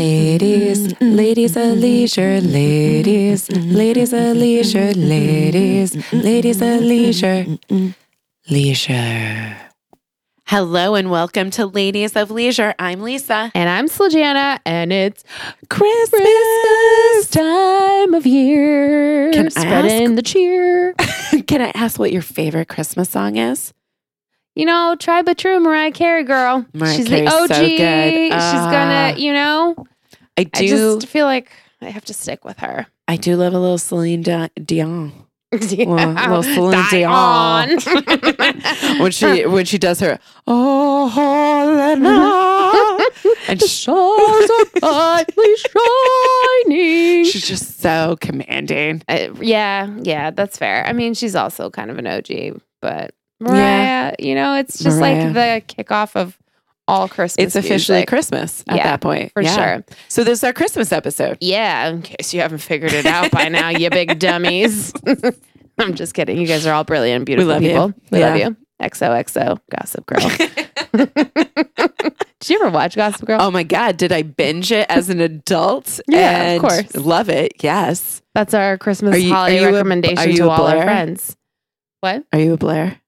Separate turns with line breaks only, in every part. Ladies, ladies at leisure, ladies, ladies at leisure, ladies, ladies at leisure, leisure.
Hello and welcome to Ladies of Leisure. I'm Lisa.
And I'm Slajana, and it's Christmas, time of year.
Can I
Spreading the cheer.
Can I ask what your favorite Christmas song is?
you know, try but true, Mariah Carey girl.
Mariah
She's the
Carey's so
OG.
good.
She's
Ah.
gonna, you know,
I do.
I
I,
just feel like I have to stick with her.
do love a little Celine Di- Dion. little Celine
Die
Dion.
on.
when she when she does her oh holy night," and
the
she,
stars are brightly shining.
she's just so commanding.
Uh, yeah, yeah, that's fair. I mean, she's also kind of an OG, but Mariah,
Yeah.
you know, it's just like the kickoff of all Christmas.
It's officially
music,
Christmas at
Yeah,
that point.
for
Yeah.
sure.
So this is our Christmas episode.
Yeah, in case you haven't figured it out by now, you big dummies. I'm just kidding. You guys are all brilliant, beautiful
love you.
people. We love
Yeah.
you. XOXO, Gossip Girl. Did you ever watch Gossip Girl?
Oh my God, did I binge it as an adult?
Yeah, of
and
course.
Love it. Yes.
That's our Christmas
Are you- are
holiday
you a- are
recommendation
you
to
a
all our
Blair?
friends. What?
Are you a Blair?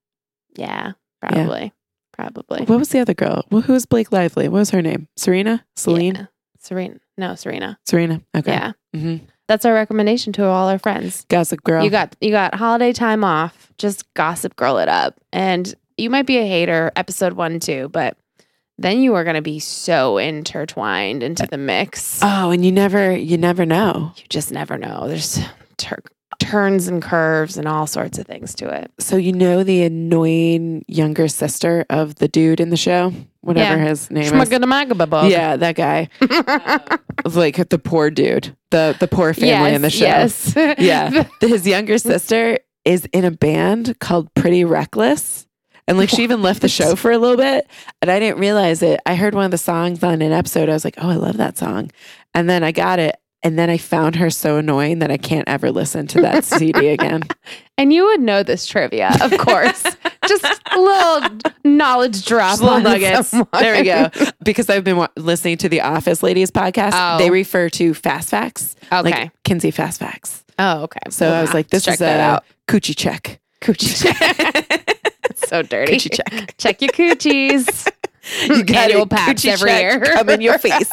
Yeah, probably. Probably.
What was the other girl? Well, who was Blake Lively? What was her name? Serena? Celine?
Yeah. Serena. No, Serena.
Serena. Okay.
Yeah.
hmm
That's our recommendation to all our friends.
Gossip Girl.
You got you got holiday time off. Just gossip girl it up. And you might be a hater, episode one too, but then you are gonna be so intertwined into the mix.
oh, and you never, you never know.
you just never know. There's tur- turns and curves and all sorts of things to it.
So you know the annoying younger sister of the dude in the show, whatever
Yeah.
his name is.
Schmuckadamagababog.
Yeah, that guy. like the poor dude, the the poor family
yes,
in the show.
Yes.
Yeah. His younger sister is in a band called Pretty Reckless. And like she even left the show for a little bit and I didn't realize it. I heard one of the songs on an episode. I was like, "Oh, I love that song." And then I got it and then I found her so annoying that I can't ever listen to that CD again.
and you would know this trivia, of course. just a little knowledge drop.
Just little
on
nuggets.
someone.
There we go. Because I've been wa- listening to the Office Ladies podcast.
Oh.
They refer to fast facts,
Okay.
like Kinsey fast facts.
oh, okay.
So
Well,
I was
I'll
like, "This
check
is
that
a
out.
coochie check."
Coochie check. It's so dirty.
Coochie check.
Check your coochies.
you got
Annual
it.
packs
Coochie
every
check
year.
come in your face.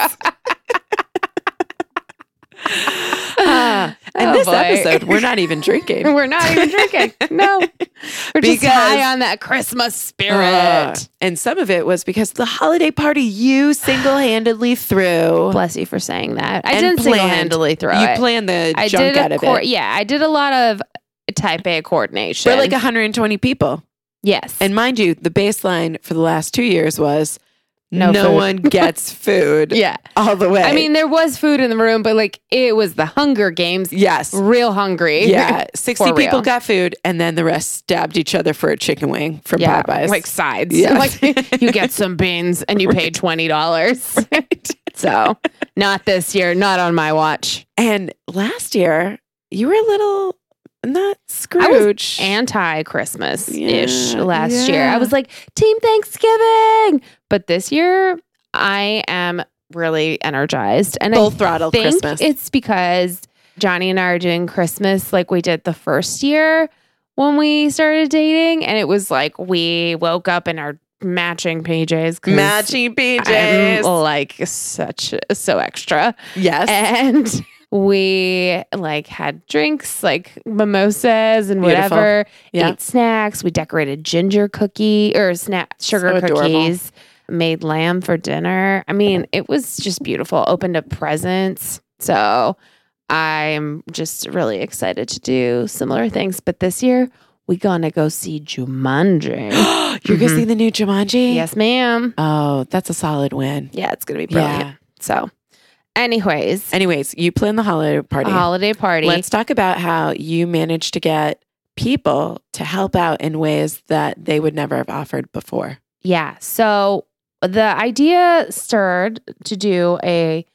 Ah, and
Oh,
this
boy.
episode, we're not even drinking.
We're not even drinking. No. We're just
Because-
high on that Christmas spirit. Uh,
Ah, and some of it was because the holiday party you single-handedly threw.
Bless you for saying that. I
And
didn't
planned.
single-handedly throw
you
it.
planned the
I
junk
did
out
a
of
coor-
it.
Yeah, I did a lot of type A coordination.
We're like 120 people.
yes.
And mind you, the baseline for the last two years was
No
no,
food.
one gets food
yeah.
all the way.
I mean, there was food in the room, but like it was the Hunger Games.
yes.
Real hungry.
Yeah. 60
For
people
real.
got food and then the rest stabbed each other for a chicken wing from
yeah,
Popeyes.
like sides.
Yeah.
Like you get some beans and you pay twenty dollars. So not this year, not on my watch.
and last year, you were a little
I
not
was
Scrooge.
Anti Christmas ish
Yeah,
last year. I
yeah.
was like, Team Thanksgiving. But this year I am really energized. And
full
I
throttle
think
Christmas.
it's because Johnny and I are doing Christmas like we did the first year when we started dating. And it was like we woke up in our matching PJs. 'cause
Matching
I'm
PJs.
like such so extra.
yes.
And we like had drinks like mimosas and
Beautiful.
whatever.
Yeah.
Ate snacks. We decorated ginger cookie or snack sugar
So adorable.
cookies. Made lamb for dinner. I mean, it was just beautiful. Opened up presents. So I'm just really excited to do similar things. But this year we gonna go see Jumanji.
You're going to
Mhm.
see the new Jumanji?
yes, ma'am.
Oh, that's a solid win.
Yeah, it's gonna be brilliant.
Yeah.
So, anyways,
Anyways, you plan the holiday party.
holiday party.
Let's talk about how you managed to get people to help out in ways that they would never have offered before.
Yeah. So the idea stirred to do a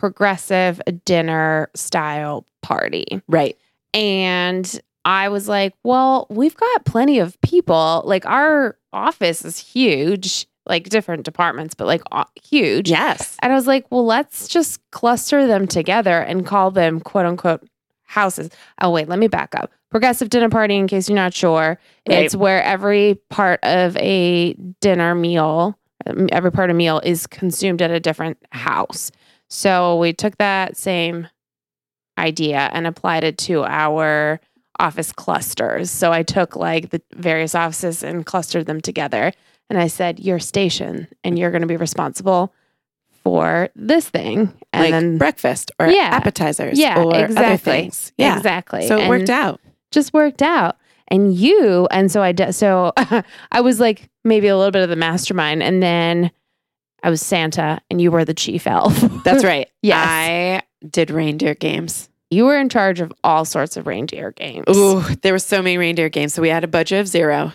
progressive dinner style party.
Right.
And I was like, well, we've got plenty of people. Like our office is huge. like different departments, but like uh, huge.
Yes.
And I was like, well, let's just cluster them together and call them quote unquote houses. Oh, wait, let me back up. Progressive dinner party, in case you're not sure,
Right.
it's where every part of a dinner meal, um, every part of meal is consumed at a different house. So we took that same idea and applied it to our office clusters. So I took like the various offices and clustered them together. And I said, your station, and you're going to be responsible for this thing. And
like
then,
breakfast or
Yeah.
appetizers
Yeah,
or other
exactly.
things. Yeah.
exactly.
So it
And-
worked out.
just worked out. And you, and so I, de- so I was like maybe a little bit of the mastermind, and then I was Santa, and you were the chief elf.
That's right.
Yes.
I did reindeer games.
you were in charge of all sorts of reindeer games.
Ooh, there were so many reindeer games. So we had a budget of zero.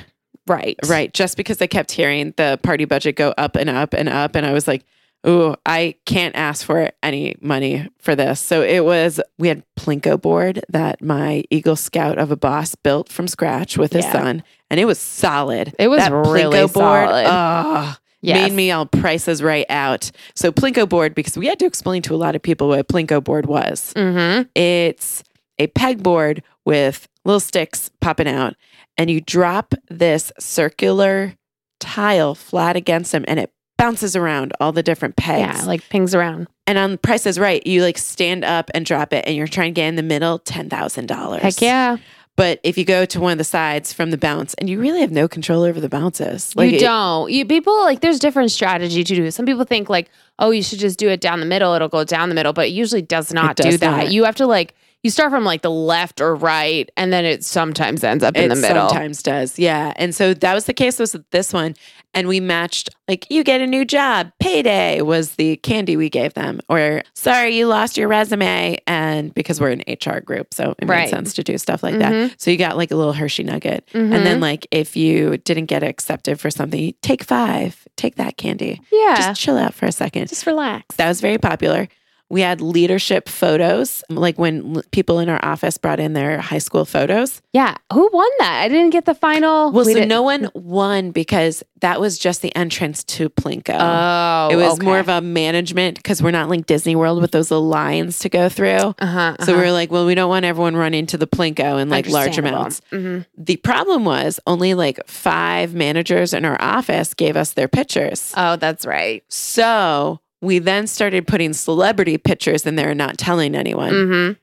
right,
Right. Just because I kept hearing the party budget go up and up and up. And I was like, ooh, I can't ask for any money for this. So it was, we had Plinko board that my Eagle Scout of a boss built from scratch with his
Yeah.
son. And it was solid.
It was
that
really
Plinko board.
solid.
ah,
Yes.
made me all prices right out. So Plinko board, because we had to explain to a lot of people what a Plinko board was.
Mm-hmm.
It's a pegboard with little sticks popping out, and you drop this circular tile flat against them, and it bounces around all the different pegs.
Yeah, like pings around.
and on Price is Right, you like stand up and drop it, and you're trying to get in the middle, ten thousand dollars.
Heck yeah,
But if you go to one of the sides from the bounce, and you really have no control over the bounces,
you
it-
don't. You people like there's different strategy to do. it. Some people think like, oh, you should just do it down the middle. It'll go down the middle, but it usually does not
does
do that.
not.
You have to like you start from like the left or right, and then it sometimes ends up in the middle.
sometimes does. Yeah. And so that was the case with this one. And we matched like you get a new job. Payday was the candy we gave them. Or sorry, you lost your resume. And because we're an HR group, so it
Right.
made sense to do stuff like
Mhm.
that. So you got like a little Hershey nugget.
mm-hmm.
And then like if you didn't get accepted for something, you take five, take that candy.
yeah,
Just chill out for a second.
just relax.
That was very popular. We had leadership photos, like when l- people in our office brought in their high school photos.
yeah, who won that? I didn't get the final.
Well,
Oh, We
so
didn't-
no one won because that was just the entrance to Plinko.
Oh,
it was
okay.
more of a management because we're not like Disney World with those little lines to go through.
Uh-huh, uh-huh.
So we were like, well, we don't want everyone running to the Plinko in like large
Understandable.
amounts.
Mhm.
The problem was only like five managers in our office gave us their pictures.
Oh, that's right.
so we then started putting celebrity pictures in there and not telling anyone.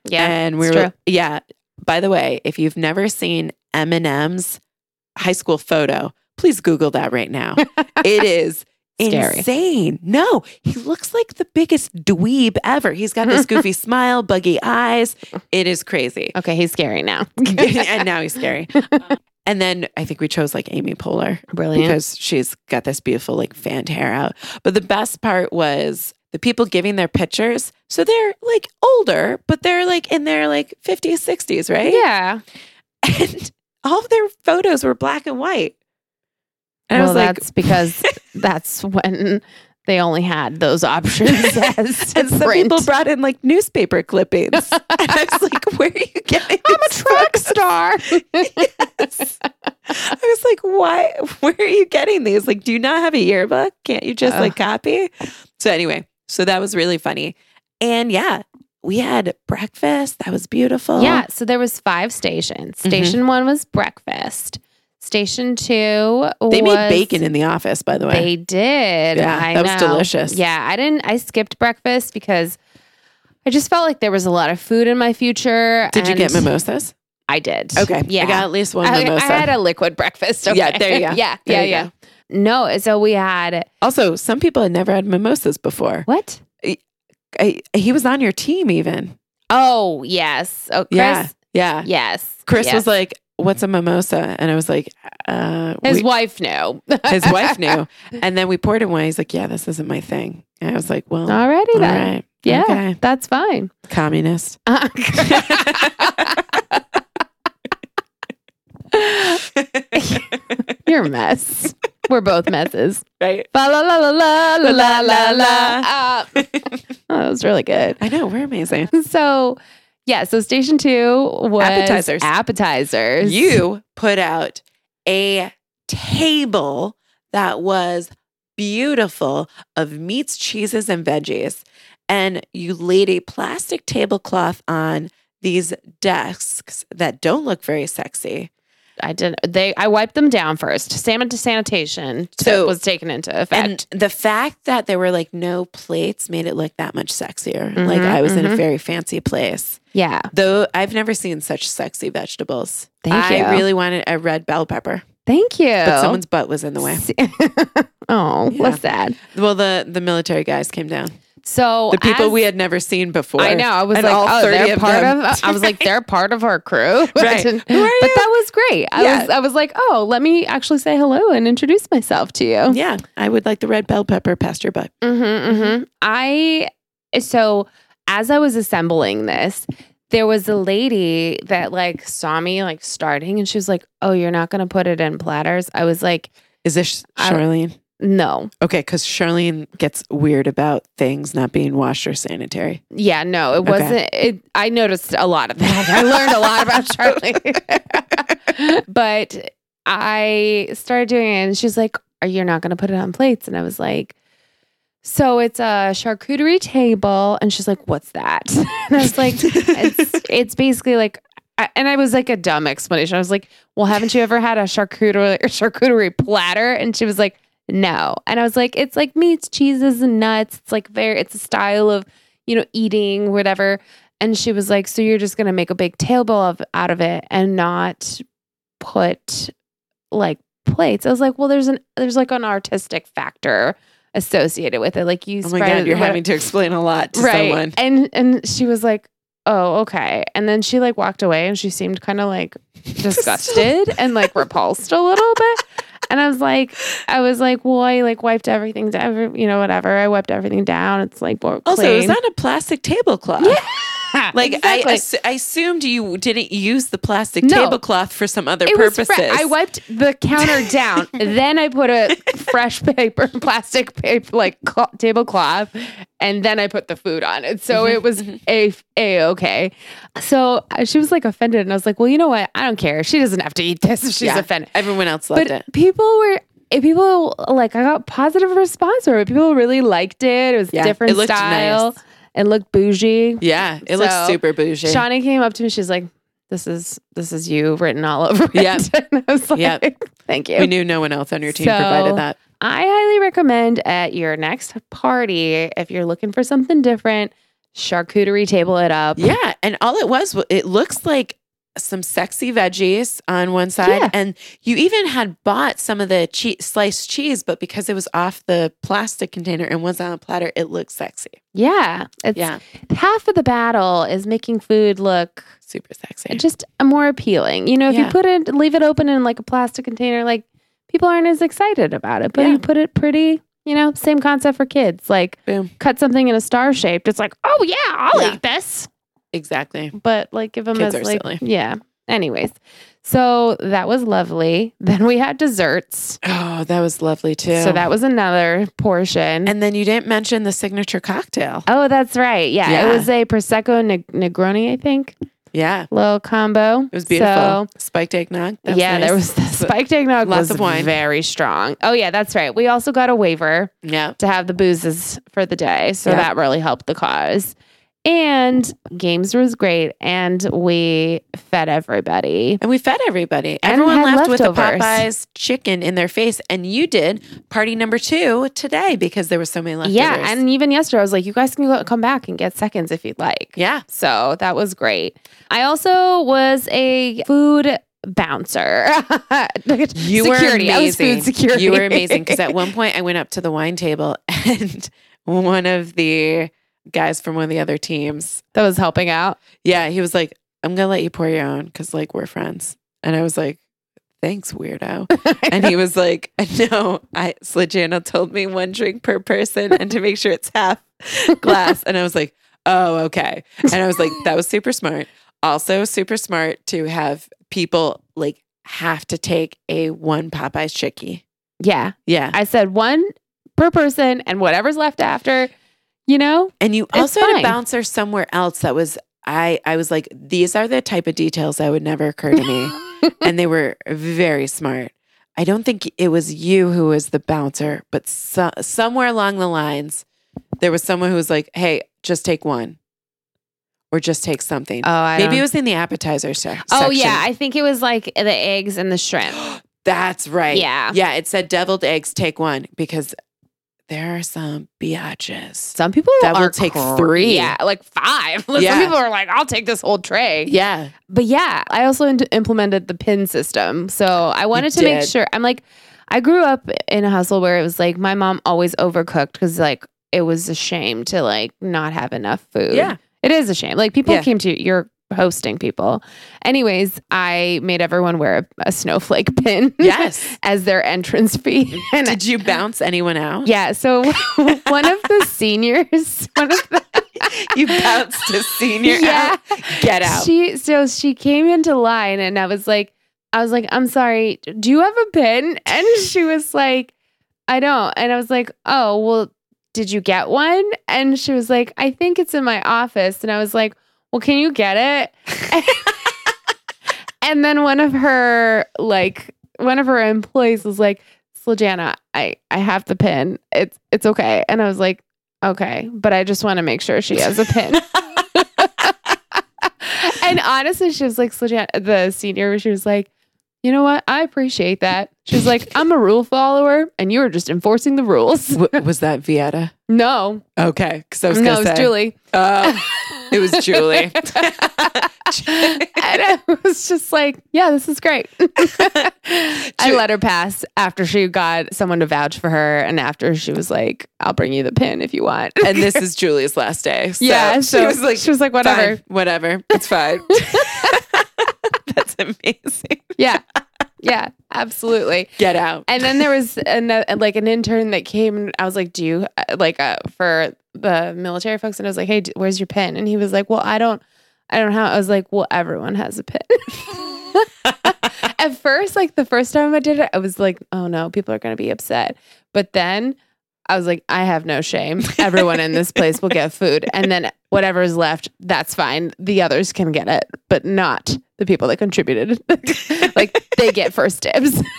hmm Yeah,
and we
it's
were
true.
yeah. By the way, if you've never seen Eminem's high school photo, please Google that right now. it is
Scary.
insane. No, he looks like the biggest dweeb ever. He's got this goofy smile, buggy eyes. It is crazy.
okay, he's scary now.
and now he's scary. Um, And then I think we chose like Amy Poehler
Brilliant.
because she's got this beautiful like fan hair out. But the best part was the people giving their pictures. So they're like older, but they're like in their like 50s, 60s, right?
yeah.
And all of their photos were black and white. And I
well,
was like,
that's because that's when they only had those options as
and some
print.
people brought in like newspaper clippings. and I was like, where are you getting
I'm a
these
track
photos?
star.
Yes. I was like, why? Where are you getting these? Like, do you not have a yearbook? Can't you just
Ugh.
like copy? So, anyway, so that was really funny. And yeah, we had breakfast. That was beautiful.
Yeah, so there was five stations.
Mhm.
Station one was breakfast. Station two was
They made bacon in the office, by the way.
They did.
Yeah,
I
that was
know.
delicious.
Yeah, I didn't. I skipped breakfast because I just felt like there was a lot of food in my future.
Did you get
and
mimosas?
I did.
Okay.
Yeah.
I got at least one
I- I
mimosa.
had a liquid breakfast. Okay.
Yeah, there you go.
yeah,
There
yeah,
you
yeah. No, so we had
also, some people had never had mimosas before.
what?
I, he was on your team, even.
Oh, yes. Oh, Chris.
Yeah. Yeah.
Yes.
Chris
yes.
was like, What's a mimosa? And I was like, uh,
his
we-
wife knew.
his wife knew. And then we poured him one. He's like, Yeah, this isn't my thing. And I was like, Well,
Alrighty
All
then.
right.
Yeah, Uh,
Okay.
that's fine.
Communist.
You're a mess. We're both messes.
Right.
Fa la la la la la la la la. Ah. Oh, that was really good.
I know. We're amazing.
So, yeah. So station two was
Appetizers.
Appetizers.
You put out a table that was beautiful of meats, cheeses, and veggies. And you laid a plastic tablecloth on these desks that don't look very sexy.
I did. They. I wiped them down first. Salmon to sanitation t-
So-
was taken into effect.
And the fact that there were like no plates made it look that much sexier. like
Mhm,
I was in a
mhm.
very fancy place.
yeah.
Though I've never seen such sexy vegetables.
Thank
I
you. Oh.
really wanted a red bell pepper,
Thank you.
but someone's butt was in the way.
oh,
Yeah.
what's that?
Well, the the military guys came down.
So
The people
as-
we had never seen before.
I know. I was
and
like,
all
oh,
30
they're
of
part
them.
of. I was like, they're part of our crew. but
Right. Who are you?
that was great. I
Yeah.
was. I was like, oh, let me actually say hello and introduce myself to you.
yeah, I would like the red bell pepper past your butt.
Mm-hmm, mm-hmm. I so as I was assembling this, there was a lady that like saw me like starting, and she was like, "Oh, you're not gonna put it in platters." I was like,
Is this
I-
Charlene?
"No,
okay, because Charlene gets weird about things not being washed or sanitary. Oh
yeah, no, it
Okay.
wasn't." It, I noticed a lot of that. I learned a lot about Charlie, but I started doing it, and she's like, "Are you not gonna put it on plates?" And I was like. So it's a charcuterie table, and she's like, "What's that?" And I was like, it's it's basically like I- and I was like a dumb explanation. I was like, "Well, haven't you ever had a charcuterie charcuterie platter?" And she was like, "No." And I was like, "It's like meats, cheeses, and nuts. It's like very it's a style of, you know, eating whatever." And she was like, "So you're just going to make a big table of out of it and not put like plates." I was like, "Well, there's an there's like an artistic factor associated with it. Like you
oh my
spread
god,
it-
you're
whatever."
having to explain a lot to someone.
And and she was like, "Oh, okay." And then she like walked away, and she seemed kind of like disgusted and like repulsed a little bit. And I was like, I was like, well, I like wiped everything, down, every, you know, whatever. I wiped everything down. It's like more
Also, it was
clean.
on a plastic tablecloth.
Yeah,
Like
exactly.
I, assu- I assumed you didn't use the plastic
No.
tablecloth for some other
It was
purposes.
fre- I wiped the counter down. then I put a fresh paper, plastic paper, like cl- tablecloth, and then I put the food on it. So it was a a okay. So uh, she was like offended, and I was like, well, you know what? I don't care. She doesn't have to eat this if she's
Yeah.
offended.
Everyone else loved
But
it.
people were. eh, People like I got positive response from it. People really liked it. It was
Yeah,
different
it looked
style.
nice.
It looked bougie.
Yeah, it
So,
looks super bougie.
Shawnee came up to me. She's like, "This is this is you written all over it."
Yep.
and I was like,
Yep.
"Thank
we
you."
knew no one else on your team
So-
provided that.
I highly recommend at your next party if you're looking for something different, charcuterie table it up.
Yeah, and all it was, wa- it looks like some sexy veggies on one side,
Yeah.
and you even had bought some of the che- sliced cheese, but because it was off the plastic container and was on a platter, it looked sexy.
Yeah, it's
Yeah,
half of the battle is making food look
super sexy.
just more appealing. You know, if you
Yeah.
put it, leave it open in like a plastic container, like people aren't as excited about it. But
Yeah.
you put it pretty, you know, same concept for kids. Like
Boom.
cut something in a star shaped. It's like, oh yeah, I'll
Yeah.
eat this.
Exactly.
But like give them
Kids
as
are
like
silly.
yeah. Anyways, so that was lovely. Then we had desserts.
Oh, that was lovely too.
So that was another portion.
and then you didn't mention the signature cocktail.
oh, that's right. Yeah,
Yeah.
it was a prosecco Neg- Negroni, I think,
Yeah,
little combo.
it was beautiful.
So,
Spiked eggnog. That
yeah, there
nice.
was the spiked eggnog.
Lots
was
of wine.
very strong. Oh yeah, that's right. We also got a waiver
Yeah,
to have the boozes for the day, so
Yeah.
that really helped the cause. And games was great, and we fed everybody.
and we fed everybody.
And
Everyone
had
left with a
leftovers.
Popeyes chicken in their face, and you did party number two today because there were so many leftovers.
Yeah, and even yesterday I was like, you guys can go, come back and get seconds if you'd like.
yeah,
So that was great. I also was a food bouncer.
you
security.
were
I was
amazing.
food security.
You were amazing because at one point I went up to the wine table and one of the guys from one of the other teams
that was helping out.
Yeah, he was like, I'm gonna let you pour your own because like we're friends. And I was like, Thanks, weirdo. and he was like, No, I Slajana told me one drink per person and to make sure it's half glass. And I was like, Oh, okay. And I was like, that was super smart. Also super smart to have people like have to take a one Popeye's chicky.
Yeah,
Yeah.
I said one per person, and whatever's left after, you know.
And you
It's
also had
fine.
a bouncer somewhere else that was I I was like, these are the type of details that would never occur to me. and they were very smart. I don't think it was you who was the bouncer, but so, somewhere along the lines, there was someone who was like, "Hey, just take one, or just take something."
Oh, I
Maybe
don't-
it was in the appetizer se- section.
Oh yeah, I think it was like the eggs and the shrimp.
that's right.
Yeah.
yeah. It said deviled eggs, take one, because there are some biatches.
Some people
That will
are
take
cr-
three.
Yeah, like five.
Yeah.
Some people are like, I'll take this whole tray.
Yeah,
But yeah, I also in- implemented the pin system. So I wanted to make
did.
sure. I'm like, I grew up in a household where it was like my mom always overcooked because like it was a shame to like not have enough food.
yeah.
It is a shame. Like people
Yeah.
came to you're hosting people. Anyways, I made everyone wear a, a snowflake pin
Yes.
as their entrance fee. And
Did you bounce anyone out?
yeah, so one of the seniors, one of the
You bounced a senior
yeah,
out. Get out.
She so she came into line and I was like, I was like, I'm sorry, do you have a pin? And she was like, I don't. And I was like, Oh, well, did you get one? And she was like, I think it's in my office. And I was like, Well, can you get it? and then one of her like one of her employees was like, Slajana, I I have the pin. It's it's okay. And I was like, Okay, but I just want to make sure she has a pin. and honestly, she was like, Slajana, the senior, she was like, you know what? I appreciate that. She was like, I'm a rule follower, and you are just enforcing the rules.
W- was that Vieta?
No,
Okay, because I was
no,
gonna
it was
say
Julie.
Uh, it was Julie.
and I was just like, yeah, this is great. I
Ju-
let her pass after she got someone to vouch for her, and after she was like, I'll bring you the pin if you want.
and this is Julie's last day. So
yeah, so
she was like,
she was like,
whatever,
whatever.
whatever, it's fine. That's amazing.
Yeah, yeah, absolutely.
Get out.
And then there was an, uh, like an intern that came. And I was like, "Do you uh, like uh, for the military folks?" And I was like, "Hey, d- where's your pin?" And he was like, "Well, I don't, I don't have." I was like, "Well, everyone has a pin." At first, like the first time I did it, I was like, "Oh no, people are gonna be upset." But then I was like, "I have no shame. Everyone in this place will get food, and then whatever is left, that's fine. The others can get it, but not the people that contributed. like they get first dibs."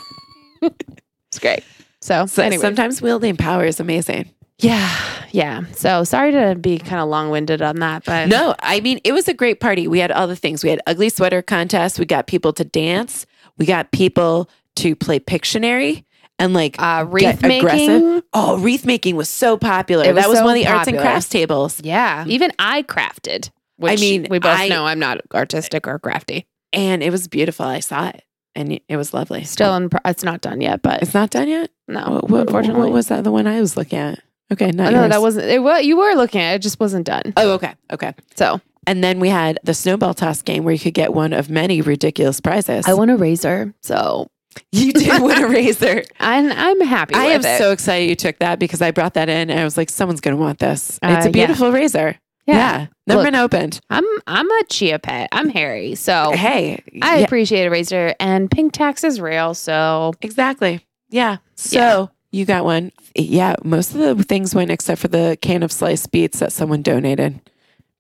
It's great. So,
So
anyway,
Sometimes wielding power is amazing.
yeah, yeah. So sorry to be kind of long winded on that, but
No, I mean, it was a great party. We had all the things. We had ugly sweater contest. We got people to dance. We got people to play Pictionary and like
uh,
get
wreath
aggressive.
making.
Oh, wreath making was so popular.
It was
that was
so
one of the arts and
popular.
crafts tables.
Yeah, even I crafted. Which I mean,
mean,
we both
I-
know I'm not artistic or crafty.
And it was beautiful. I saw it and it was lovely.
Still, in pro- it's not done yet, but
It's not done yet? Uh,
no,
What, what,
unfortunately,
what was that? The one I was looking at. Okay, not
Oh, no,
yours.
that wasn't. It, well, you were looking at it, it just wasn't done.
Oh, okay, okay.
So
And then we had the snowball toss game where you could get one of many ridiculous prizes.
I want a razor, so
you did win a razor.
I'm I'm happy.
I am
with it.
so excited you took that because I brought that in and I was like, someone's gonna want this.
Uh,
it's a
yeah.
beautiful razor.
yeah.
never
Look.
been opened.
I'm I'm a chia pet. I'm hairy,
Oh.
so
Hey,
I
yeah,
appreciate a razor. And pink tax is real, so
exactly. Yeah. So you got one. Yeah. Most of the things went except for the can of sliced beets that someone donated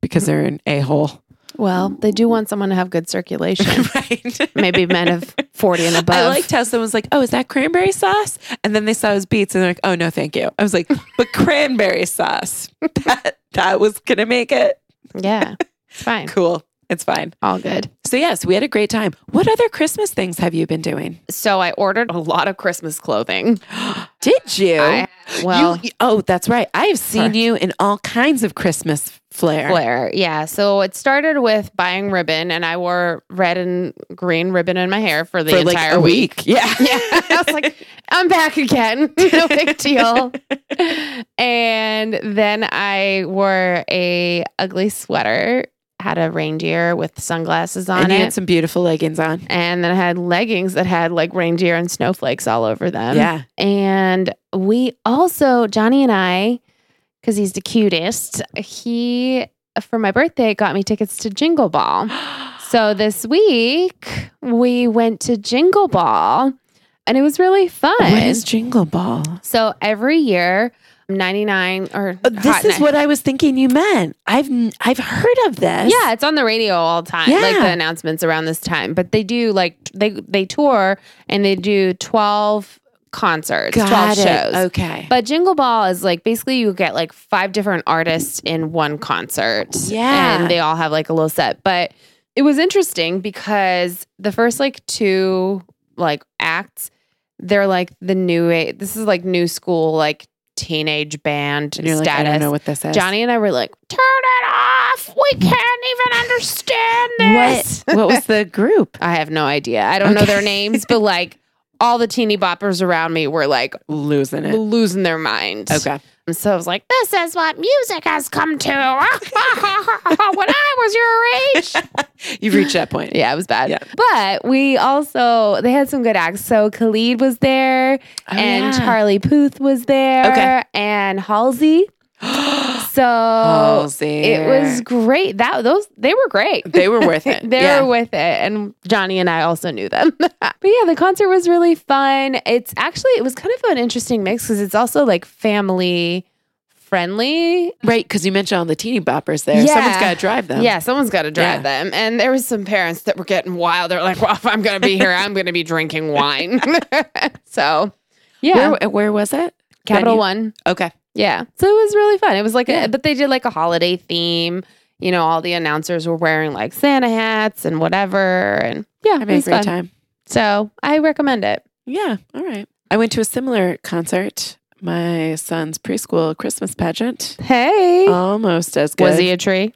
because they're an a hole.
Well, they do want someone to have good circulation.
right.
Maybe men of 40 and above.
I liked how someone was like, "Oh, is that cranberry sauce?" And then they saw his beets, and they're like, "Oh no, thank you." I was like, "But cranberry sauce, that that was gonna make it
Yeah. It's fine.
cool. It's fine."
All good.
So yes, we had a great time. What other Christmas things have you been doing?
So I ordered a lot of Christmas clothing.
Did you?
I-
You-
well-
oh, that's right. I have seen you in all kinds of Christmas flair.
Flair. Yeah. So it started with buying ribbon, and I wore red and green ribbon in my hair for the
for
entire
like a
week.
week. Yeah.
Yeah. I was like, I'm back again. No big deal. And then I wore a ugly sweater, had a reindeer with sunglasses on
and
it.
you had some beautiful leggings on.
and then I had leggings that had like reindeer and snowflakes all over them.
yeah.
And we also, Johnny and I, because he's the cutest, he, for my birthday, got me tickets to Jingle Ball. So this week we went to Jingle Ball and it was really fun.
What is Jingle Ball?
so every year, 99 or
Oh, this
Hot
is
Night.
what I was thinking you meant. I've n- I've heard of this.
Yeah, it's on the radio all the time. Like the
Yeah.
announcements around this time. But they do like they they tour and they do 12 concerts,
got
12
it.
shows.
Okay.
But Jingle Ball is like basically you get like five different artists in one concert.
Yeah.
And they all have like a little set. But it was interesting because the first like two like acts, they're like the new age, this is like new school, like teenage band
And you're like,
status.
I don't know what this is.
Johnny and I were like, turn it off. We can't even understand this.
what was the group?
I have no idea. I don't know their
Okay.
names, but like all the teeny boppers around me were like
Losing it.
losing their minds.
Uh, Okay.
And so I was like, this is what music has come to. when I was your age.
You've reached that point.
Yeah, it was bad.
Yeah.
But we also they had some good acts. So Khalid was there
Oh,
and
yeah.
Charlie Puth was there
Okay.
and Halsey. So
Oh,
Oh,
Halsey.
it was great. That those they were great.
They were worth it.
They
Yeah.
were with it. And Johnny and I also knew them. but yeah, the concert was really fun. It's actually it was kind of an interesting mix because it's also like family friendly.
Right, because you mentioned all the teeny boppers there. Someone's
Yeah.
got to drive them.
Yeah, someone's got to drive
Yeah.
them. And there was some parents that were getting wild. They're like, "Well, if I'm going to be here, I'm going to be drinking wine." so, yeah,
Where, where was it?
Capital
venue?
One.
Okay.
Yeah. So it was really fun. It was like,
Yeah.
a, but they did like a holiday theme. You know, all the announcers were wearing like Santa hats and whatever. And yeah,
I
it
made a
was
great
fun.
time.
So I recommend it.
Yeah. All right. I went to a similar concert, my son's preschool Christmas pageant.
Hey,
Almost as good.
was he a tree?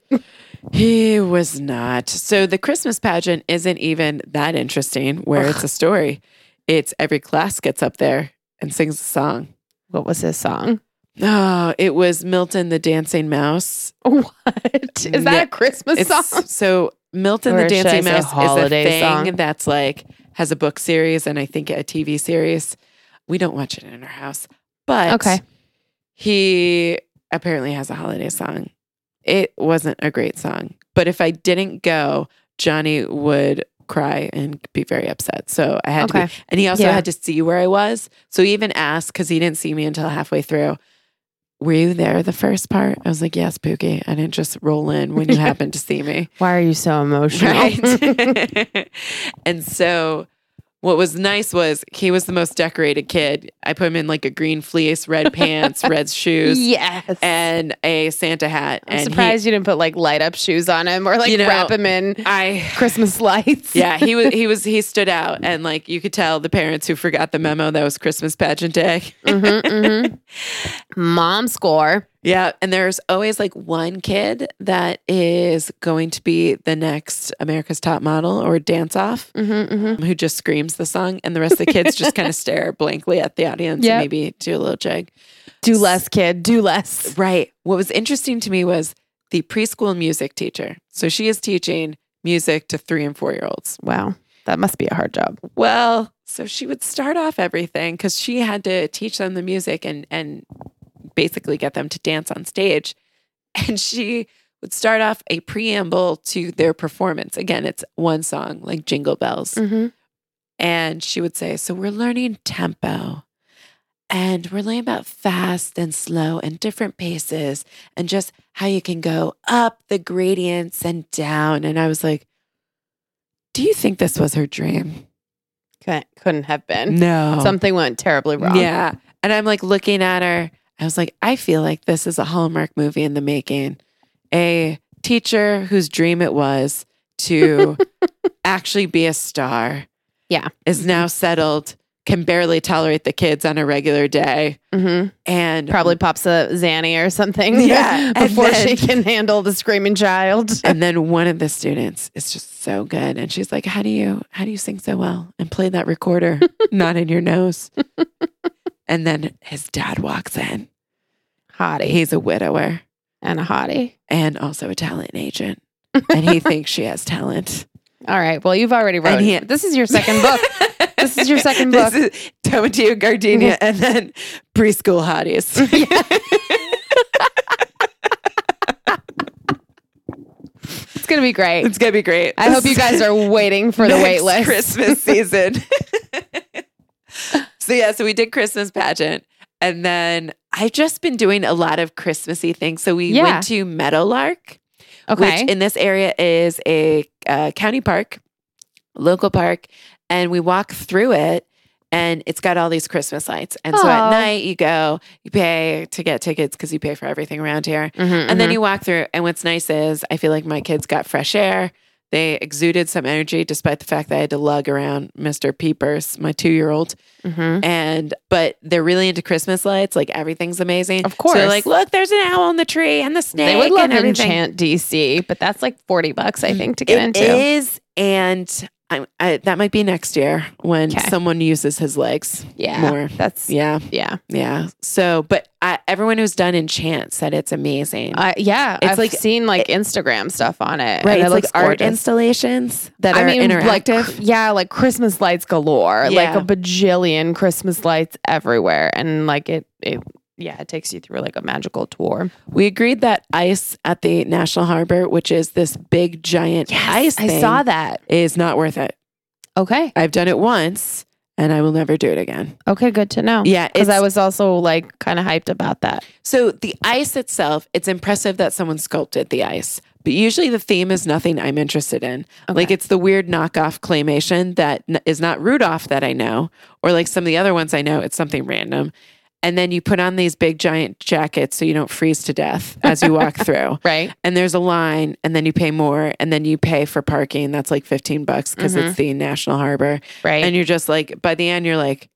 He was not. So the Christmas pageant isn't even that interesting where it's a story. It's every class gets up there and sings a song.
What was his song?
Oh, it was Milton the Dancing Mouse.
What is
No,
that a Christmas song?
It's, so Milton
Or
the
should I
Dancing
say
Mouse is a
holiday
thing
song?
that's like has a book series and I think a TV series. We don't watch it in our house, but
Okay.
he apparently has a holiday song. It wasn't a great song, but if I didn't go, Johnny would cry and be very upset. So I had to,
Okay.
be, and he also
Yeah.
had to see where I was. So he even asked because he didn't see me until halfway through. Were you there the first part? I was like, yes, Pookie. I didn't just roll in when you happened to see me.
Why are you so emotional?
Right. and so what was nice was he was the most decorated kid. I put him in like a green fleece, red pants, red shoes,
yes.
and a Santa hat.
I'm
and he-
surprised you didn't put like light up shoes on him or like
You know,
wrap him in
I
Christmas lights.
yeah, he was he was he stood out and like you could tell the parents who forgot the memo that was Christmas pageant day.
Mhm,
mm-hmm,
mhm. Mom score.
Yeah, and there's always like one kid that is going to be the next America's Top Model or Dance Off.
Mhm, mhm.
who just screams the song, and the rest of the kids just kind of stare blankly at the audience
Yep.
and maybe do a little jig.
Do less, kid. Do less.
Right. What was interesting to me was the preschool music teacher. So she is teaching music to three and four year olds.
Wow. That must be a hard job.
Well, so she would start off everything because she had to teach them the music and and basically get them to dance on stage. And she would start off a preamble to their performance. Again, it's one song like Jingle Bells.
Mm-hmm.
And she would say, So we're learning tempo and we're learning about fast and slow and different paces and just how you can go up the gradients and down. And I was like, Do you think this was her dream?
Couldn't have been.
No.
Something went terribly wrong.
Yeah. And I'm like looking at her. I was like, I feel like this is a Hallmark movie in the making. A teacher whose dream it was to actually be a star.
Yeah.
Is now settled, can barely tolerate the kids on a regular day.
Mhm.
And
Probably pops a Zanny or something.
Yeah, and
Before she
then-
can handle the screaming child.
and then one of the students is just so good. And she's like, How do you how do you sing so well? And play that recorder, not in your nose. and then his dad walks in.
Hottie.
He's a widower.
And a hottie.
and also a talent agent. And he thinks she has talent.
All right. Well, you've already wrote
And he-
it. This is your second book. This is your second
This is Tomatillo Gardenia and then preschool hotties.
It's going to be great.
it's gonna be great.
I hope you guys are waiting for the wait list.
Next Christmas season. so yeah, so we did Christmas pageant, and then I've just been doing a lot of Christmassy things. So we
Yeah.
went to Meadowlark,
Okay.
which in this area is a uh, county park, local park, and we walk through it. And it's got all these Christmas lights. And so
Aw.
at night, you go, you pay to get tickets because you pay for everything around here.
Mm-hmm,
And then you walk through, and what's nice is I feel like my kids got fresh air. They exuded some energy despite the fact that I had to lug around Mr. Peepers, my two year old.
hmm
And, but they're really into Christmas lights. Like everything's amazing.
Of course.
So they're like, look, there's an owl on the tree and the snake.
They would love
and everything.
Enchant DC, but that's like 40 bucks, I think, to get
It
into.
is, And I'm, I, that might be next year when
'Kay.
someone uses his legs
yeah.
more.
That's, yeah.
Yeah. Yeah. So, but I, everyone who's done Enchant said it's amazing.
I- yeah.
It's
I've
like-
seen like Instagram stuff on it. And
Right, it's
it
like
looks
art
gorgeous.
installations that are
like,
interactive.
cr- yeah, like Christmas lights galore, like
Yeah.
a bajillion Christmas lights everywhere, and like it, it, yeah, it takes you through like a magical tour.
We agreed that ice at the National Harbor, which is this big giant ice thing,
that.
is not worth it.
Okay,
I've done it once and I will never do it again.
okay, good to know.
Yeah,
because
it's-
Oh, I was also like kind of hyped about that.
So the ice itself, it's impressive that someone sculpted the ice. But usually the theme is nothing I'm interested in. Like
Okay.
it's the weird knockoff claymation that n- is not Rudolph that I know, or like some of the other ones I know, it's something random. And then you put on these big giant jackets so you don't freeze to death as you walk through.
Right?
and there's a line and then you pay more and then you pay for parking that's like 15 bucks because it's the national harbor
Right.
and you're just like by the end you're like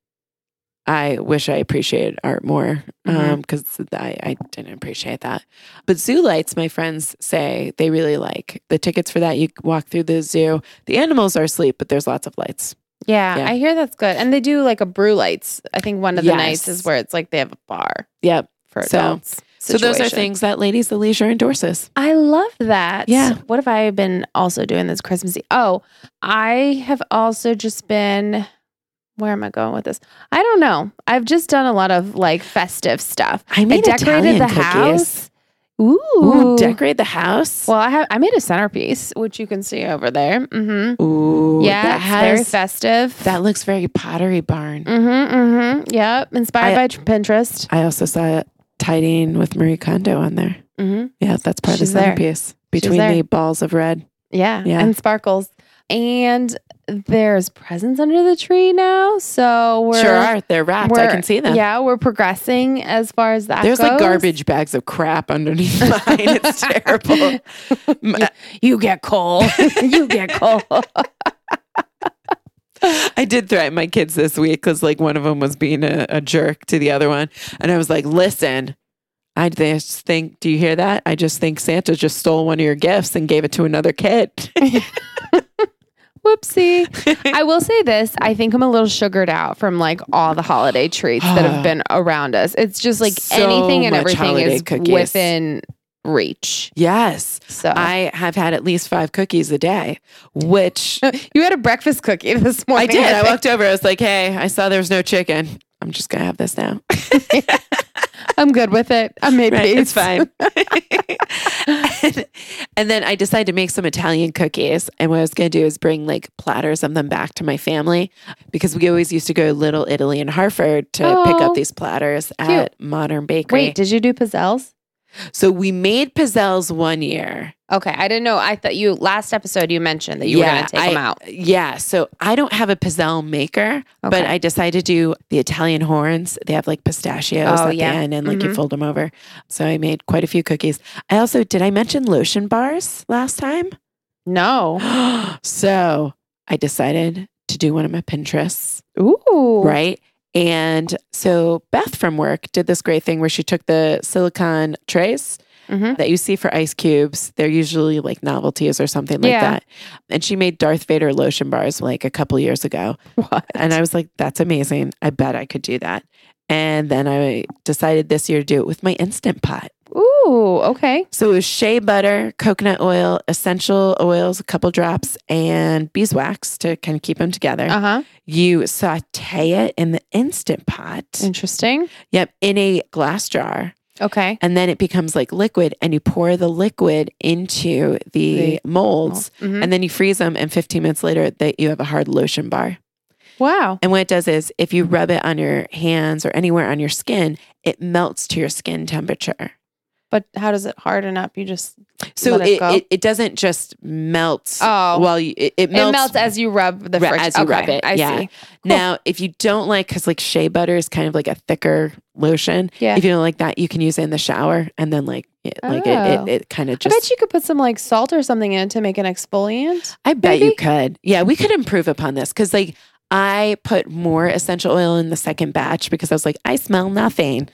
i wish i appreciated art more because I, I didn't appreciate that but zoo lights my friends say they really like the tickets for that you walk through the zoo the animals are asleep but there's lots of lights
yeah,
yeah.
I hear that's good, and they do like a brew lights. I think one of the nights
Yes.
is where it's like they have a bar
yep
for
So-
adults.
so those are
situation.
things that ladies the leisure endorses
I love that.
Yeah.
What have I been also doing this Christmassy? Oh, I have also just been. Where am I going with this? I don't know. I've just done a lot of like festive stuff.
i made
I decorated
Italian
the
cookies.
house.
Ooh,
Ooh,
decorate the house
well, I have. I made a centerpiece, which you can see over there. Mm-hmm.
Ooh,
yeah,
that
it's very
has-
festive.
That looks very pottery barn.
Mm-hmm. Mm-hmm. Yep. Inspired
I-
by tr- Pinterest.
I also saw tidying with Marie Kondo on there.
Mm-hmm.
Yeah, that's part
She's
of the
there.
centerpiece between
there.
the balls of red.
Yeah,
Yeah.
and sparkles. And there's presents under the tree now, so we're
sure are. They're wrapped. I
we're-
can see them.
Yeah, we're progressing as far as that
There's like
goes.
garbage bags of crap underneath mine. It's terrible. M-
You get coal. you get coal.
I did threaten my kids this week because like one of them was being a, a jerk to the other one, and I was like, "Listen, I just think. Do you hear that? I just think Santa just stole one of your gifts and gave it to another kid."
Whoopsie. I will say this. I think I'm a little sugared out from like all the holiday treats that have been around us. It's just like
So
anything and
much
everything
holiday
is
cookies.
within reach.
yes.
So
I have had at least five cookies a day, which
you had a breakfast cookie this
I
morning.
did. I
think.
walked over. I was like, hey, I saw there was no chicken. I'm just going to have this now.
I'm good with it. I made
Right? It's
peace.
fine. and, and then I decided to make some Italian cookies. And what I was going to do is bring like platters of them back to my family because we always used to go to Little Italy in Hartford to pick
Oh,
up these platters at Modern Bakery.
Wait, did you do pizzelles?
So we made pizzelles one year.
Okay, I didn't know. I thought you last episode you mentioned that you were
Yeah,
going to take
I-
them out.
Yeah. So I don't have a pizzelle maker, but
Okay.
I decided to do the Italian horns. They have like pistachios
Oh,
at
yeah.
the end and like you
Mhm.
fold them over. So I made quite a few cookies. I also, did I mention lotion bars last time?
No.
so I decided to do one of my Pinterests,
Ooh.
right? And so Beth from work did this great thing where she took the silicone trays
Mm-hmm.
that you see for ice cubes. They're usually like novelties or something like
Yeah.
that. And she made Darth Vader lotion bars like a couple years ago.
What?
And I was like, that's amazing. I bet I could do that. And then I decided this year to do it with my Instant Pot.
Ooh, okay.
So it was shea butter, coconut oil, essential oils, a couple drops, and beeswax to kind of keep them together.
Uh huh.
You saute it in the Instant Pot.
Interesting.
Yep, in a glass jar.
Okay.
and then it becomes like liquid and you pour the liquid into the molds Mm-hmm.
Mhm.
and then you freeze them and 15 minutes later that you have a hard lotion bar
Wow.
And what it does is if you rub it on your hands or anywhere on your skin, it melts to your skin temperature.
But how does it harden up? You just
So
Let it
it,
go?
it, it, doesn't just melt
Oh.
while you, it, it melts.
it melts as you rub the
Ru-
friction.
as you
okay,
rub it,
I
yeah.
see.
Now, if you don't like, because like shea butter is kind of like a thicker lotion.
Yeah.
If you don't like that, you can use it in the shower and then like it, like it,
Oh.
it, it kind of
I bet
just.
you could put some like salt or something in it to make an exfoliant.
I bet
maybe?
you could. Yeah, we could improve upon this because like I put more essential oil in the second batch because I was like, I smell nothing.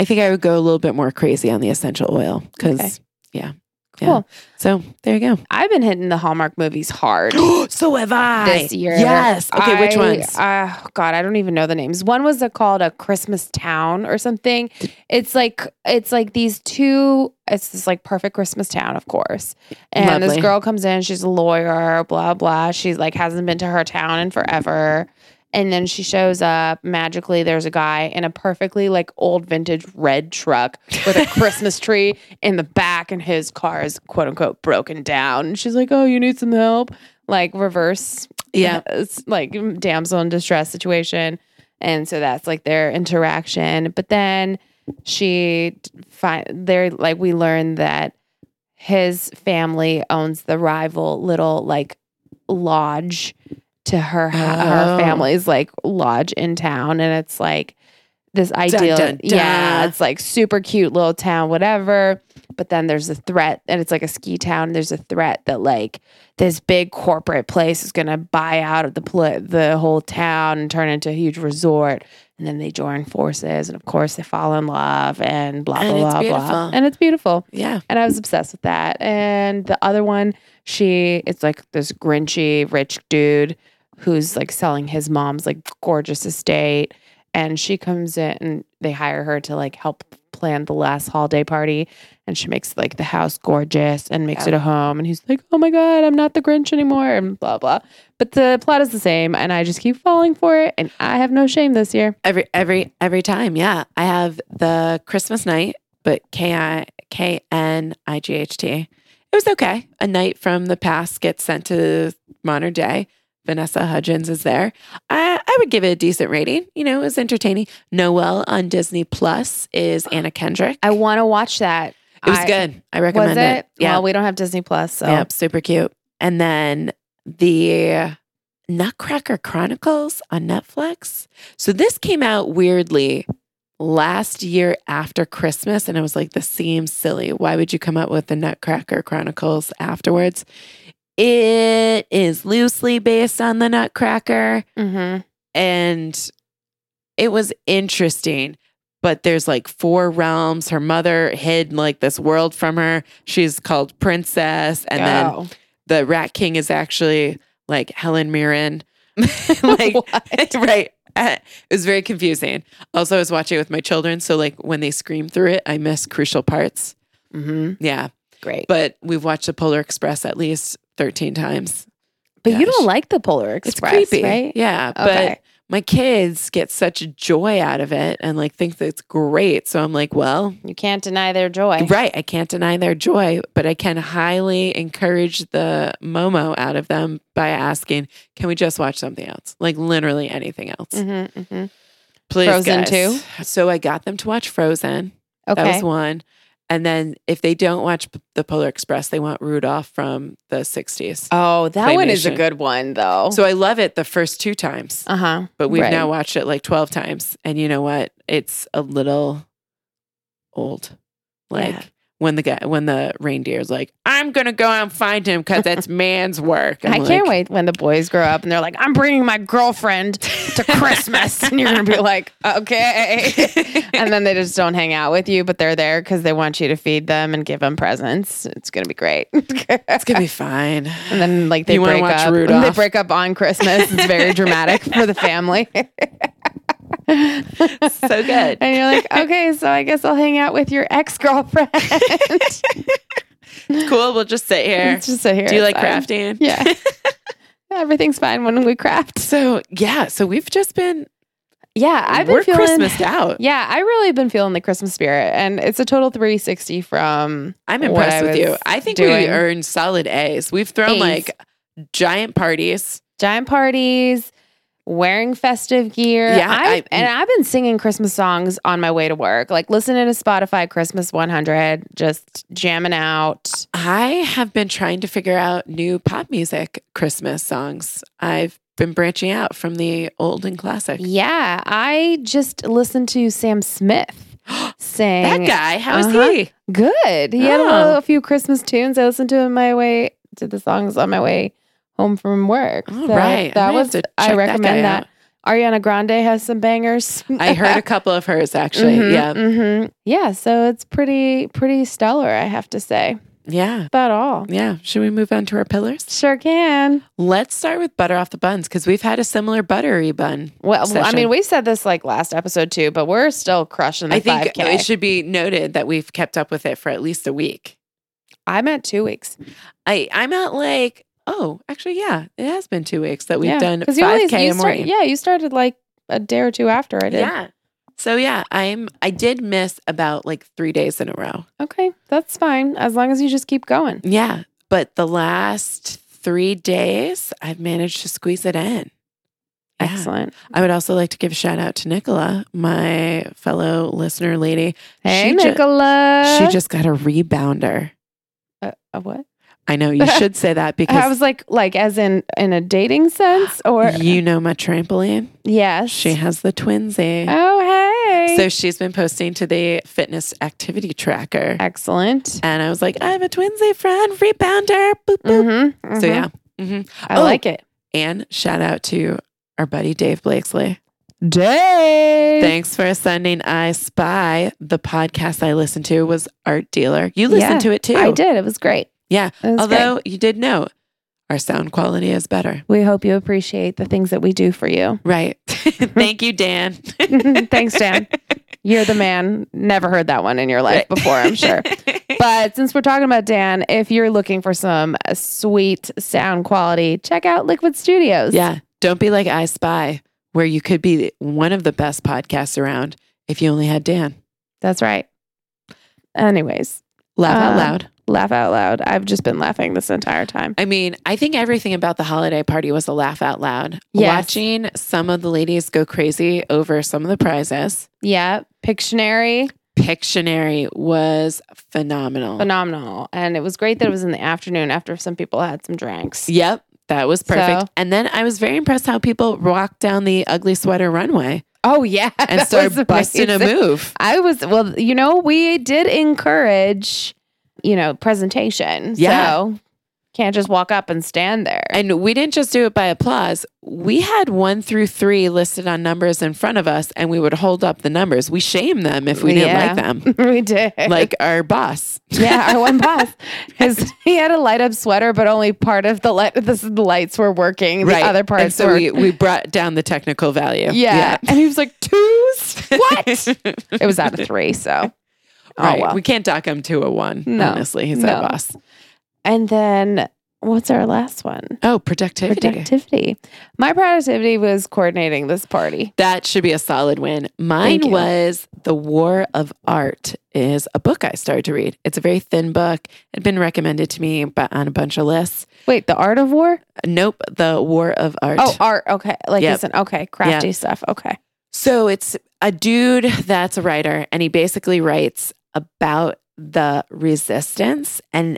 I think I would go a little bit more crazy on the essential oil because
Okay.
yeah,
Cool.
yeah. So there you
I've been hitting the Hallmark movies hard.
go. so have I
This year.
Yes. Okay, which
I-
ones?
Uh, God, I don't even know the names. One was uh, called a Christmas Town or something. It's like it's like these two. It's this like perfect Christmas town, of course. And this
Lovely.
girl comes in. She's a lawyer. Blah blah. She's like hasn't been to her town in forever. And then she shows up magically. There's a guy in a perfectly like old vintage red truck with a Christmas tree in the back, and his car is quote unquote broken down. And she's like, "Oh, you need some help." Like reverse
yeah.
it's like damsel in distress situation and so that's like their interaction but then she find they're like we learned that his family owns the rival little like lodge to her her
Oh.
family's like lodge in town and it's like this ideal
dun,
yeah
dun.
it's like super cute little town whatever but then there's a threat and it's like a ski town there's a threat that like this big corporate place is going to buy out of the pl- the whole town and turn into a huge resort and then they join forces and of course they fall in love and blah
And
blah
it's
blah blah
beautiful.
and it's beautiful
Yeah.
and I was obsessed with that. And the other one, she it's like this grinchy rich dude who's like selling his mom's like gorgeous estate. And she comes in and they hire her to like help plan the last holiday party. And she makes like the house gorgeous and makes it a home. And he's like, Oh my God, I'm not the Grinch anymore. And blah blah. But the plot is the same. And I just keep falling for it. And I have no shame this year.
Every every every time, yeah. I have the Christmas night, but K I K N I G H T. It was okay. A night from the past gets sent to modern day. Vanessa Hudgens is there. I, I would give it a decent rating. You know, it was entertaining. Noel on Disney Plus is Anna Kendrick.
I wanna watch that.
it was
I-
good. I
Was it?
recommend it. Yeah.
Well, we don't have Disney Plus, so
Yep, super cute. And then the Nutcracker Chronicles on Netflix. So this came out weirdly last year after Christmas, and I was like, this seems silly. Why would you come up with the Nutcracker Chronicles afterwards? It is loosely based on the Nutcracker,
Mm-hmm.
and it was interesting. But there's like four realms. Her mother hid like this world from her. She's called Princess, and then
Oh.
the Rat King is actually like Helen Mirren. like, right. Uh, It was very confusing. Also, I was watching it with my children. So, like, when they scream through it, I miss crucial parts.
mm-hmm.
Yeah.
great. But,
But we've watched The Polar Express at least 13 times.
you don't
gosh.
like the Polar
It's
Express,
creepy.
right?
Yeah.
Okay.
But my kids get such joy out of it and like think that it's great. So, I'm like, well,
you can't deny their joy.
Right. I can't deny their joy, but I can highly encourage the Momo out of them by asking, can we just watch something else? Like literally anything else.
Mm-hmm, mm-hmm.
Please.
Frozen
guys.
too?
So I got them to watch Frozen. That
Okay.
was one. And then if they don't watch P- The Polar Express, they want Rudolph from the 60s.
oh, that one is a
Claymation.
good one though.
So I love it the first two times,
uh huh.
but we've now watched it like 12 times. And you know what? It's a little old. Like,
Yeah.
when the guy when the reindeer's like, I'm gonna go out and find him because that's man's work.
I can't wait when the boys grow up and they're like, "I'm bringing my girlfriend to Christmas," and you're gonna be like, "Okay."
wait.
and then they just don't hang out with you, but they're there because they want you to feed them and give them presents. It's gonna be great.
it's gonna be fine.
And then like they
You wanna
break
watch
up. They
Rudolph?
break up on Christmas. It's very dramatic for the family.
so good.
And you're like, okay, so I guess I'll hang out with your ex girlfriend.
It's cool. We'll just sit here.
just sit here.
Do you like
crafting?
crafting?
Yeah. Everything's fine when we craft.
So yeah, so we've just been
Yeah, I've been
we're
feeling.
Christmased out.
Yeah, I really have been feeling the Christmas spirit, and it's a total 360 from.
I'm
what
impressed
I
with you.
was
I think
doing.
we earned solid A's. We've thrown
A's.
like giant parties.
giant parties. wearing festive gear.
Yeah,
I,
I-
and I've been singing Christmas songs on my way to work, like listening to Spotify Christmas 100, just jamming out.
I have been trying to figure out new pop music Christmas songs. I've been branching out from the old and classic.
Yeah, I just listened to Sam Smith sing.
That guy, how is
Uh-huh.
he?
Good. He had a, little-
Oh.
a few Christmas tunes I listened to on my way to the songs on my way home from work.
All
So
right, I
That
might have
was
to
I
check that guy
recommend that.
out.
Ariana Grande has some bangers.
I heard a couple of hers actually.
Mhm,
Yeah.
mhm. Yeah, so it's pretty pretty stellar, I have to say.
Yeah.
About all.
Yeah. Should we move on to our pillars?
Sure can.
Let's start with butter off the buns because we've had a similar buttery bun.
Well, I
Session.
mean, we said this like last episode too, but we're still crushing the
I think
5K.
it should be noted that we've kept up with it for at least a week.
I'm at two weeks.
I I'm at like oh actually yeah it has been two weeks that we've
yeah.
done
'Cause
five
you only-
k
you
a
start-
morning.
Yeah, you started like a day or two after I did.
Yeah. So yeah, I'm I did miss about like 3 days in a row.
Okay, that's fine as long as you just keep going.
Yeah, but the last 3 days I've managed to squeeze it in. Yeah.
Excellent.
I would also like to give a shout out to Nicola, my fellow listener lady.
Hey,
She ju-
Nicola.
She just got a rebounder.
uh, a what?
I know you should say that
I
because
was like, like as in in a dating sense, or
you know my trampoline.
yes.
She has the twinsy.
oh hey.
So she's been posting to the fitness activity tracker.
excellent.
And I was like, I have a twinsy friend, rebounder. Boop, boop.
Mm-hmm,
So yeah. hmm
I
Oh.
like it.
And shout out to our buddy Dave Blakesley.
Day.
Thanks for sending I Spy. The podcast I listened to was Art Dealer. You listened
Yeah,
to it too.
I did. It was great.
Yeah,
It was
Although you did know our sound quality is better.
great. we hope you appreciate the things that we do for you.
Right. Thank you, Dan.
Thanks, Dan. You're the man. Never heard that one in your life before, I'm sure. But since we're talking about Dan, if you're looking for some uh, sweet sound quality, check out Liquid Studios.
Yeah. Don't be like I Spy, where you could be one of the best podcasts around if you only had Dan.
That's right. Anyways,
Laugh
Um,
out loud.
laugh out loud. I've just been laughing this entire time.
I mean, I think everything about the holiday party was a laugh out loud.
Yes.
Watching some of the ladies go crazy over some of the prizes.
Yeah. Pictionary,
Pictionary was phenomenal.
phenomenal. And it was great that it was in the afternoon after some people had some drinks.
Yep. That was perfect.
So-
And then I was very impressed how people walked down the ugly sweater runway
Oh, yeah.
and
That was
started busting a
amazing.
move.
I was well, you know, we did encourage, you know, presentation.
Yeah.
So can't just walk up and stand there.
And we didn't just do it by applause. We had one through three listed on numbers in front of us, and we would hold up the numbers. We shame them if we didn't
Yeah.
like them,
we did.
like our boss.
yeah, our one boss, his he had a light up sweater, but only part of the light. This, the lights were working. The other parts
and so
were.
we, we brought down the technical value.
yeah. and he was like twos. What?
All
it was out of three. So, oh
right.
well.
We can't dock him to a one,
No.
honestly. He's
No.
our boss.
and then what's our last one?
Oh, productivity.
Productivity. My productivity was coordinating this party.
That should be a solid win.
Thank you.
Mine was The War of Art is a book I started to read. It's a very thin book. It'd been recommended to me bu- on a bunch of lists.
Wait, the art of war.
Nope, The War of Art.
Oh, art. Okay. Like,
Yep.
it's an okay, crafty stuff. Okay.
So it's a dude that's a writer, and he basically writes about the resistance and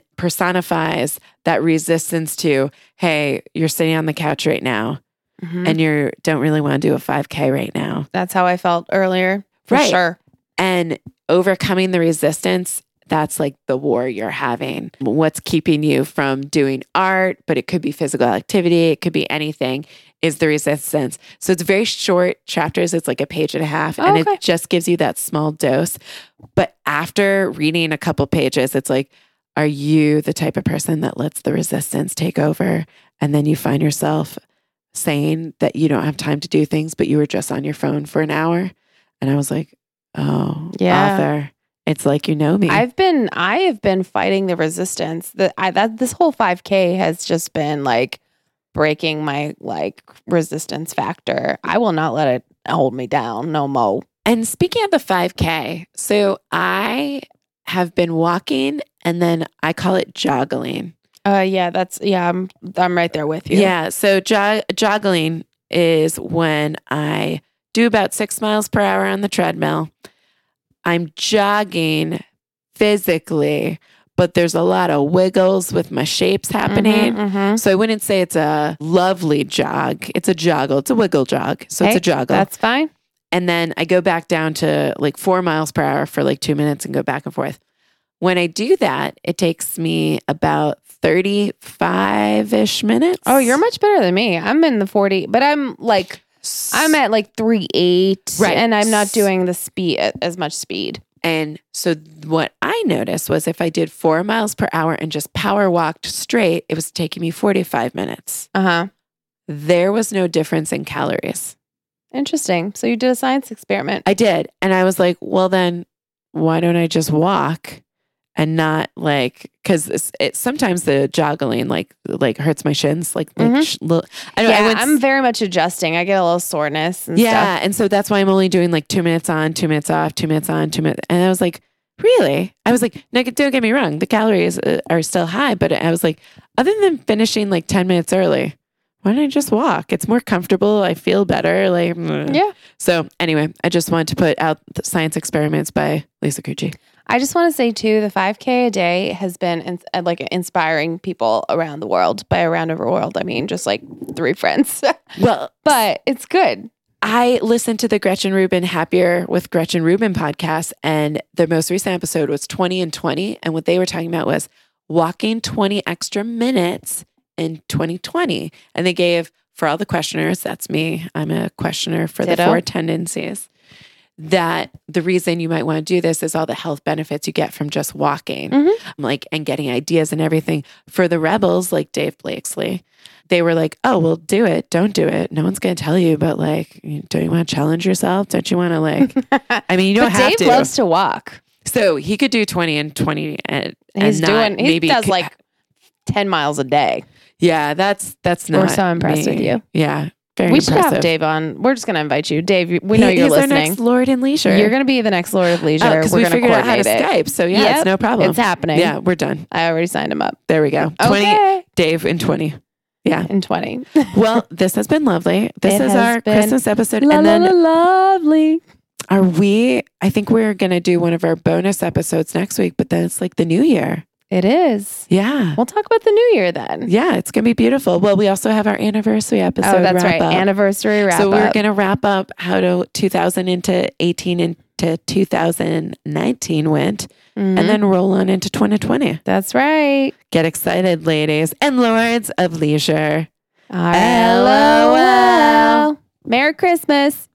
personifies that resistance to, hey, you're sitting on the couch right now and you don't really want to do a 5K right now.
That's how I felt earlier. For
Right.
sure.
and overcoming the resistance that's like the war you're having what's keeping you from doing art but it could be physical activity it could be anything is the resistance so it's very short chapters it's like a page and a half and
Okay.
it just gives you that small dose but after reading a couple pages it's like are you the type of person that lets the resistance take over and then you find yourself saying that you don't have time to do things but you were just on your phone for an hour and i was like oh
Yeah.
author it's like you know me
I've been, I have been fighting the resistance that I, that this whole 5K has just been like breaking my like resistance factor. I will not let it hold me down no mo.
and speaking of the 5k so i have been walking and then i call it joggling
Uh, yeah, that's, yeah, I'm, I'm right there with you.
Yeah. So jog- joggling is when I do about six miles per hour on the treadmill. I'm jogging physically, but there's a lot of wiggles with my shapes happening.
Mhm, mhm.
So I wouldn't say it's a lovely jog. It's a joggle. It's a wiggle jog. So
Hey,
it's a joggle.
That's fine.
And then I go back down to like four miles per hour for like two minutes and go back and forth. When I do that, it takes me about 35 ish minutes.
Oh, you're much better than me. I'm in the 40, but I'm like I'm at like three eight,
Right.
And I'm not doing the speed as much speed.
And so what I noticed was if I did four miles per hour and just power walked straight, it was taking me 45 minutes.
Uh huh.
There was no difference in calories.
Interesting. So you did a science experiment.
I did. And I was like, well, then why don't I just walk and not like, cause it, sometimes the joggling like, like hurts my shins. Like, like
Mhm.
sh- little, I don't know. I
yeah,
went,
I'm very much adjusting. I get a little soreness and
yeah.
stuff.
And so that's why I'm only doing like two minutes on, two minutes off, two minutes on, two minutes. And I was like, really? I was like, no, don't get me wrong. The calories uh, are still high, but I was like, other than finishing like 10 minutes early, why don't I just walk? It's more comfortable. I feel better. Like, mm.
Yeah.
So anyway, I just wanted to put out the science experiments by Lisa Cucci.
I just want to say too, the 5K a day has been in, uh, like inspiring people around the world. By around the world, I mean just like three friends.
Well,
but it's good.
I listened to the Gretchen Rubin Happier with Gretchen Rubin podcast, and their most recent episode was 20 and 20. And what they were talking about was walking 20 extra minutes in 2020. And they gave, for all the questioners, that's me, I'm a questioner for the
Ditto.
four tendencies, that the reason you might want to do this is all the health benefits you get from just walking,
Mhm.
like, and getting ideas and everything. For the rebels, like Dave Blakesley, they were like, oh, well, do it. Don't do it. No one's going to tell you, but like, you- don't you want to challenge yourself? Don't you want to like, I mean, you
but
don't have
Dave
to.
loves to walk.
so he could do 20 and 20 and, and
He's
not
doing. He
maybe
does
c-
like ten miles a day.
yeah, that's, that's
We're
not.
so impressed with
me.
you.
Yeah. Very
we
impressive.
should have Dave on. We're just gonna invite you, Dave. you- We know
He-
you're
he's
listening.
Our next Lord and Leisure.
You're gonna be the next Lord of Leisure.
Oh, 'cause
We're
we
gonna
figured out how to
coordinate it.
Skype. So yeah,
Yep.
it's no problem.
It's happening.
yeah, we're done.
I already signed him up.
There we go. 20
Okay.
Dave and 20. Yeah.
In 20.
Well, this has been lovely. This
It
is
has
our
been
Christmas episode.
La,
and
la,
then
la, lovely.
Are we? I think we're going to do one of our bonus episodes next week, but then it's like the new year.
It is.
Yeah.
We'll talk about the new year then.
Yeah. It's going to be beautiful. Well, we also have our anniversary episode.
oh, that's
wrap
right.
up.
Anniversary wrap
so we're
up.
going to wrap up how to 2000 into 18 into 2019 went
Mhm.
and then roll on into 2020.
that's right.
Get excited, ladies and lords of leisure.
LOL. Merry Christmas.